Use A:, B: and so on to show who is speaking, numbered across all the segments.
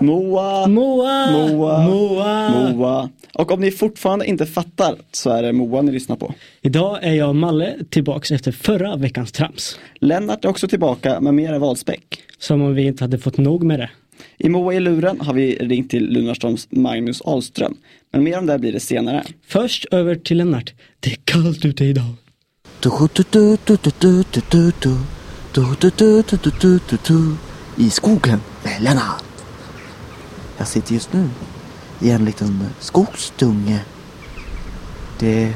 A: Moa.
B: Moa!
A: Moa.
B: Moa!
A: Moa. Och om ni fortfarande inte fattar så är det Moa ni lyssnar på.
B: Idag är jag och Malle tillbaks efter förra veckans trams.
A: Lennart är också tillbaka med mera valspäck.
B: Som om vi inte hade fått nog med det.
A: I Moa i luren har vi ringt till Lunarstoms Magnus Ahlström. Men mer om det blir det senare.
B: Först över till Lennart. Det är kallt ute idag.
C: I skogen med Lennart. Jag sitter just nu i en liten skogsdunge. Det är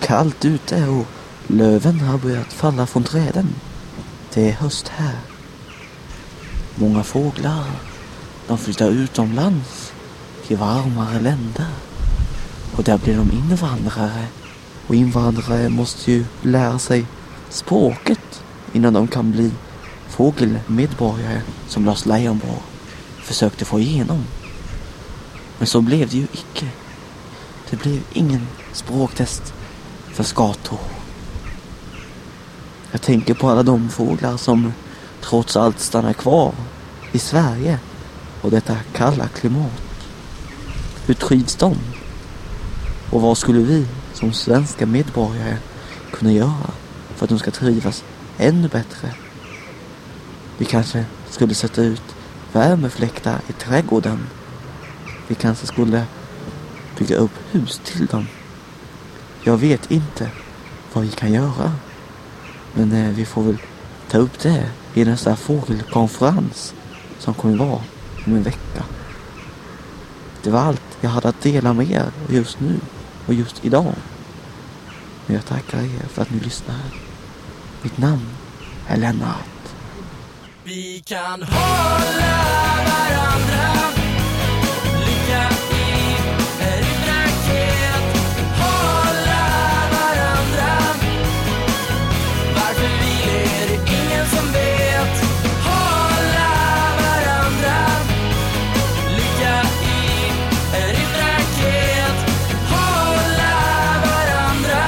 C: kallt ute och löven har börjat falla från träden. Det är höst här. Många fåglar de flyttar utomlands till varmare länder. Och där blir de invandrare. Och invandrare måste ju lära sig språket innan de kan bli fågelmedborgare som Lars Leijonborg försökte få igenom. Men så blev det ju icke. Det blev ingen språktest för skator. Jag tänker på alla de fåglar som trots allt stannar kvar i Sverige och detta kalla klimat. Hur trivs de? Och vad skulle vi som svenska medborgare kunna göra för att de ska trivas ännu bättre? Vi kanske skulle sätta ut värmefläktar i trädgården. Vi kanske skulle bygga upp hus till dem. Jag vet inte vad vi kan göra. Men eh, vi får väl ta upp det i nästa fågelkonferens som kommer vara om en vecka. Det var allt jag hade att dela med er just nu och just idag. Men jag tackar er för att ni lyssnar. Mitt namn är Lennart.
D: Vi kan hålla varandra Lycka i en raket Hålla varandra Varför vi ler är ingen som vet Hålla varandra Lycka i en rymdraket Hålla varandra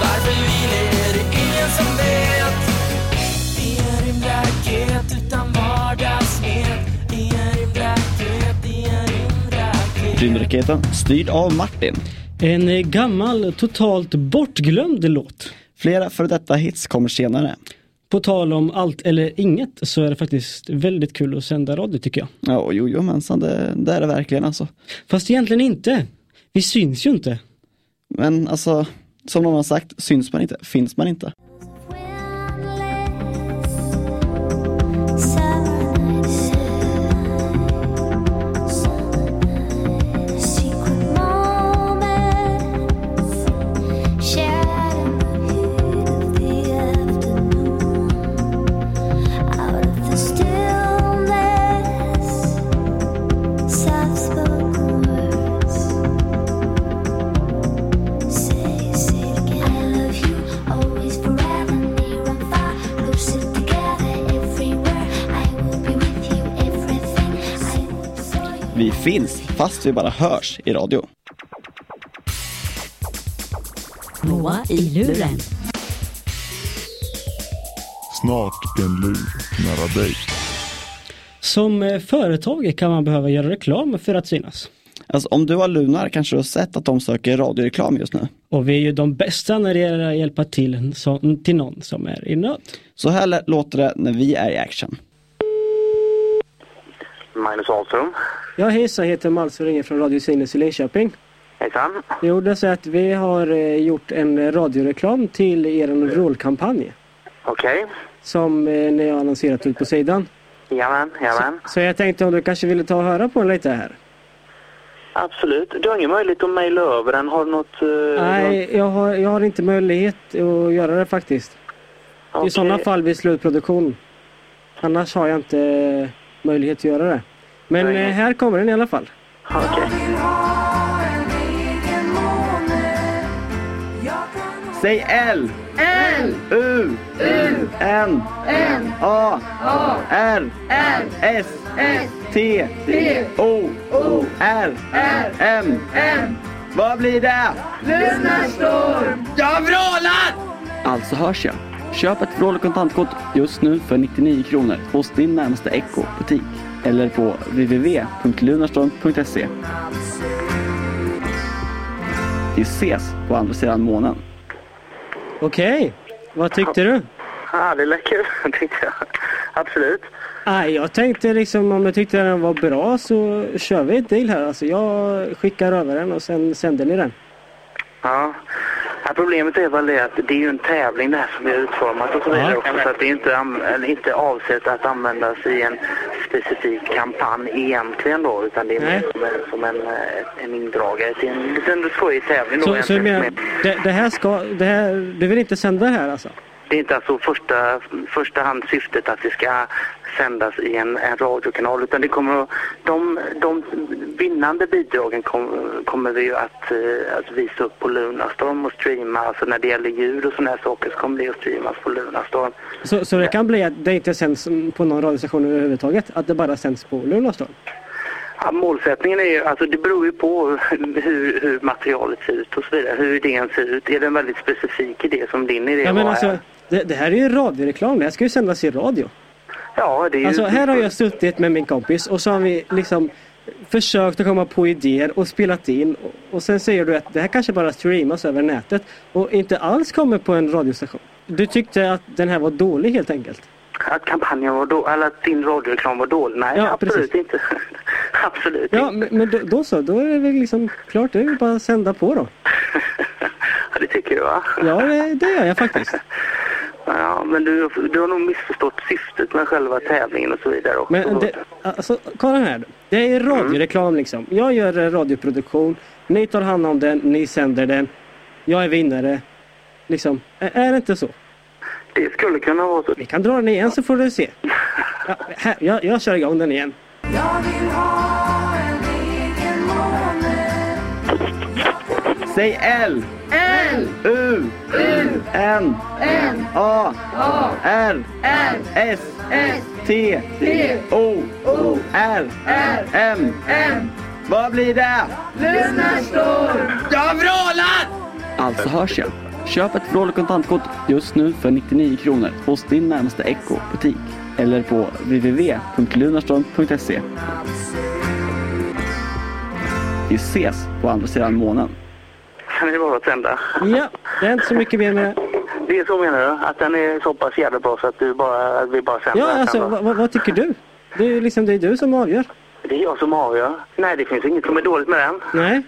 D: Varför vi ler är ingen som vet i en rymdraket utan vardagsmed I en rymdraket, i en rymdraket
A: Rymdraketen, styrd av Martin.
B: En eh, gammal, totalt bortglömd låt.
A: Flera före detta hits kommer senare.
B: På tal om allt eller inget så är det faktiskt väldigt kul att sända radio tycker jag.
A: Ja, och jo, jo, mensan, det, det är det verkligen alltså.
B: Fast egentligen inte. Vi syns ju inte.
A: Men alltså, som någon har sagt, syns man inte, finns man inte.
E: Soft-spoken words Say, say again. I love you always, forever, near and far. Closer together, everywhere. I will be with you, everything. I will show you.
A: Vi finns, fast vi bara hörs i radio.
F: Moa i luren.
G: Snart en lur nära dig.
B: Som eh, företag kan man behöva göra reklam för att synas.
A: Alltså, om du har Lunar kanske du har sett att de söker radioreklam just nu.
B: Och vi är ju de bästa när det gäller att hjälpa till, så, till någon som är i nöd.
A: Så här lä- låter det när vi är i action.
H: Magnus Ahlström.
B: Ja hejsan, jag heter Mals och ringer från Radio Sinus i Linköping.
H: Hejsan.
B: Jo, det är så att vi har eh, gjort en eh, radioreklam till er rollkampanj
H: Okej.
B: som eh, ni har annonserat ut på sidan.
H: Jajamän, jajamän.
B: Så jag tänkte om du kanske ville ta och höra på den lite här?
H: Absolut. Du har ingen möjlighet att mejla över den? Har du något... eh, något-
B: Nej, jag har, jag har inte möjlighet att göra det faktiskt. I
H: Okej.
B: sådana fall vid slutproduktion. Annars har jag inte eh, möjlighet att göra det. Men
H: Nej.
B: eh, här kommer den i alla fall.
H: Okej.
A: Säg L! L! U! U! N! N! A! A! R! R! S! S! T! T! O! O! R! R! M! M! Vad blir det? Lunarstorm! Jag vrålar! Alltså hörs jag. Köp ett Roller kontantkort just nu för 99 kronor hos din närmaste Echo-butik eller på www.lunarstorm.se. Vi ses på andra sidan månen.
B: Okej, vad tyckte du?
H: Ja, det lät kul tyckte jag. Absolut.
B: Nej, jag tänkte liksom om jag tyckte den var bra så kör vi ett deal här. Alltså jag skickar över den och sen sänder ni den.
H: Ja. Ja, problemet är väl det att det är ju en tävling det här som är utformat och så vidare
B: Ja.
H: också. Så att det är inte, an- eller inte avsett att användas i en specifik kampanj egentligen då. Utan det är
B: Nej.
H: mer som en, som en, eh, en indragare till en liten skojig tävling
B: Så,
H: då
B: så du
H: egentligen.
B: menar,
H: Men
B: det, det här ska, det här, du vill inte sända det här alltså?
H: Det är inte alltså första, första hand syftet att det ska sändas i en, en radiokanal. Utan det kommer att, de, de vinnande bidragen kom, kommer vi ju att, eh, att visa upp på Lunarstorm och streama. Alltså när det gäller ljud och sådana här saker så kommer det att streamas på Lunarstorm.
B: Så, så det kan bli att det inte sänds på någon radiostation överhuvudtaget? Att det bara sänds på Lunarstorm?
H: Ja, målsättningen är ju, alltså det beror ju på hur, hur materialet ser ut och så vidare. Hur idén ser ut. Är det en väldigt specifik idé som din idé
B: Ja, men
H: var?
B: alltså, det, det här är ju radioreklam. Det här ska ju sändas i radio.
H: ja, det är ju...
B: Alltså här har jag suttit med min kompis och så har vi liksom försökt att komma på idéer och spelat in och, och sen säger du att det här kanske bara streamas över nätet och inte alls kommer på en radiostation. Du tyckte att den här var dålig helt enkelt.
H: Att kampanjen var dålig, eller att din radioreklam var dålig? Nej,
B: Ja,
H: absolut
B: precis.
H: inte. absolut
B: Ja,
H: inte.
B: men, men då, då så, då är det väl liksom klart, det är väl bara att sända på då.
H: Ja, det tycker jag. va?
B: Ja, eh, det gör jag faktiskt.
H: Ja, men du, du har nog missförstått syftet med själva tävlingen och så vidare också.
B: Men det, alltså, kolla här. Det är radioreklam liksom. Jag gör eh, radioproduktion. Ni tar hand om den, ni sänder den. Jag är vinnare. Liksom, Ä- är det inte så?
H: det skulle kunna vara så.
B: Vi kan dra den igen så får du se. Ja, här, jag, jag kör igång den igen.
A: Säg L. L. U. U. N. N. A. A. R. R. S. S. T. T. O. O. R. R. M. M. Vad blir det? Lunarstorm. Jag har vrålat! Alltså hörs jag. Köp ett vrål och kontantkort just nu för 99 kronor hos din närmaste Echo-butik eller på www.lunarstorm.se. Vi ses på andra sidan månen.
H: Sen är det bara att sända.
B: Ja, det är inte så mycket mer med det.
H: Det är så menar du? Att den är så pass jävla bra så att du bara, att vi bara sänder
B: Ja,
H: den
B: alltså
H: sen, va?
B: vad, vad- vad tycker du? Det är ju liksom det är du som avgör.
H: Det är jag som avgör. Nej, det finns inget som är dåligt med den.
B: Nej,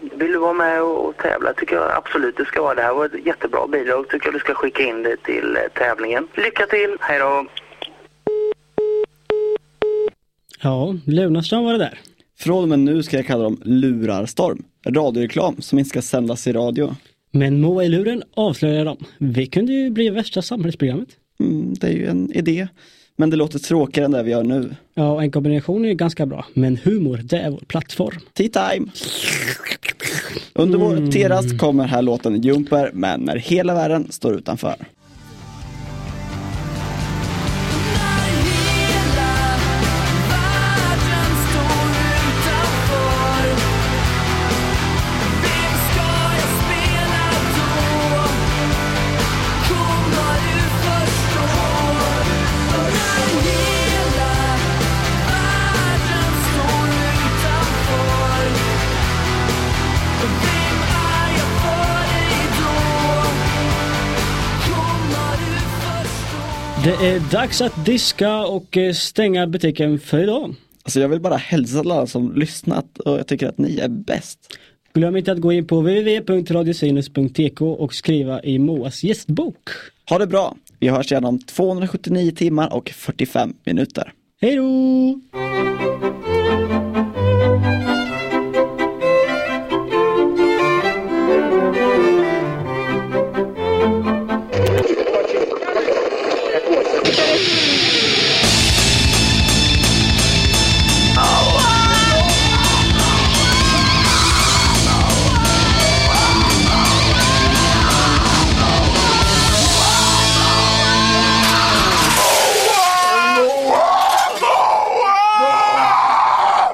H: Vill du vara med och och tävla tycker jag absolut du ska vara. Det här var ett jättebra bidrag. Tycker jag du ska skicka in det till eh, tävlingen. Lycka till! Hej då!
B: ja, Lunarstorm var det där.
A: Från och med nu ska jag kalla dem lurarstorm. Radioreklam som inte ska sändas i radio.
B: Men Moa i luren avslöjar dem. Vi kunde ju bli värsta samhällsprogrammet.
A: Mm, det är ju en idé. Men det låter tråkigare än det vi gör nu.
B: Ja, och en kombination är ju ganska bra. Men humor, det är vår plattform.
A: Tea time! Under vår terast kommer här låten Jumper, men när hela världen står utanför.
B: Det är dags att diska och eh, stänga butiken för idag.
A: Alltså jag vill bara hälsa till alla som lyssnat och jag tycker att ni är bäst.
B: Glöm inte att gå in på www.radiosinus.tk och skriva i Moas gästbok.
A: Ha det bra! Vi hörs igen om 279 timmar och 45 minuter.
B: Hej då!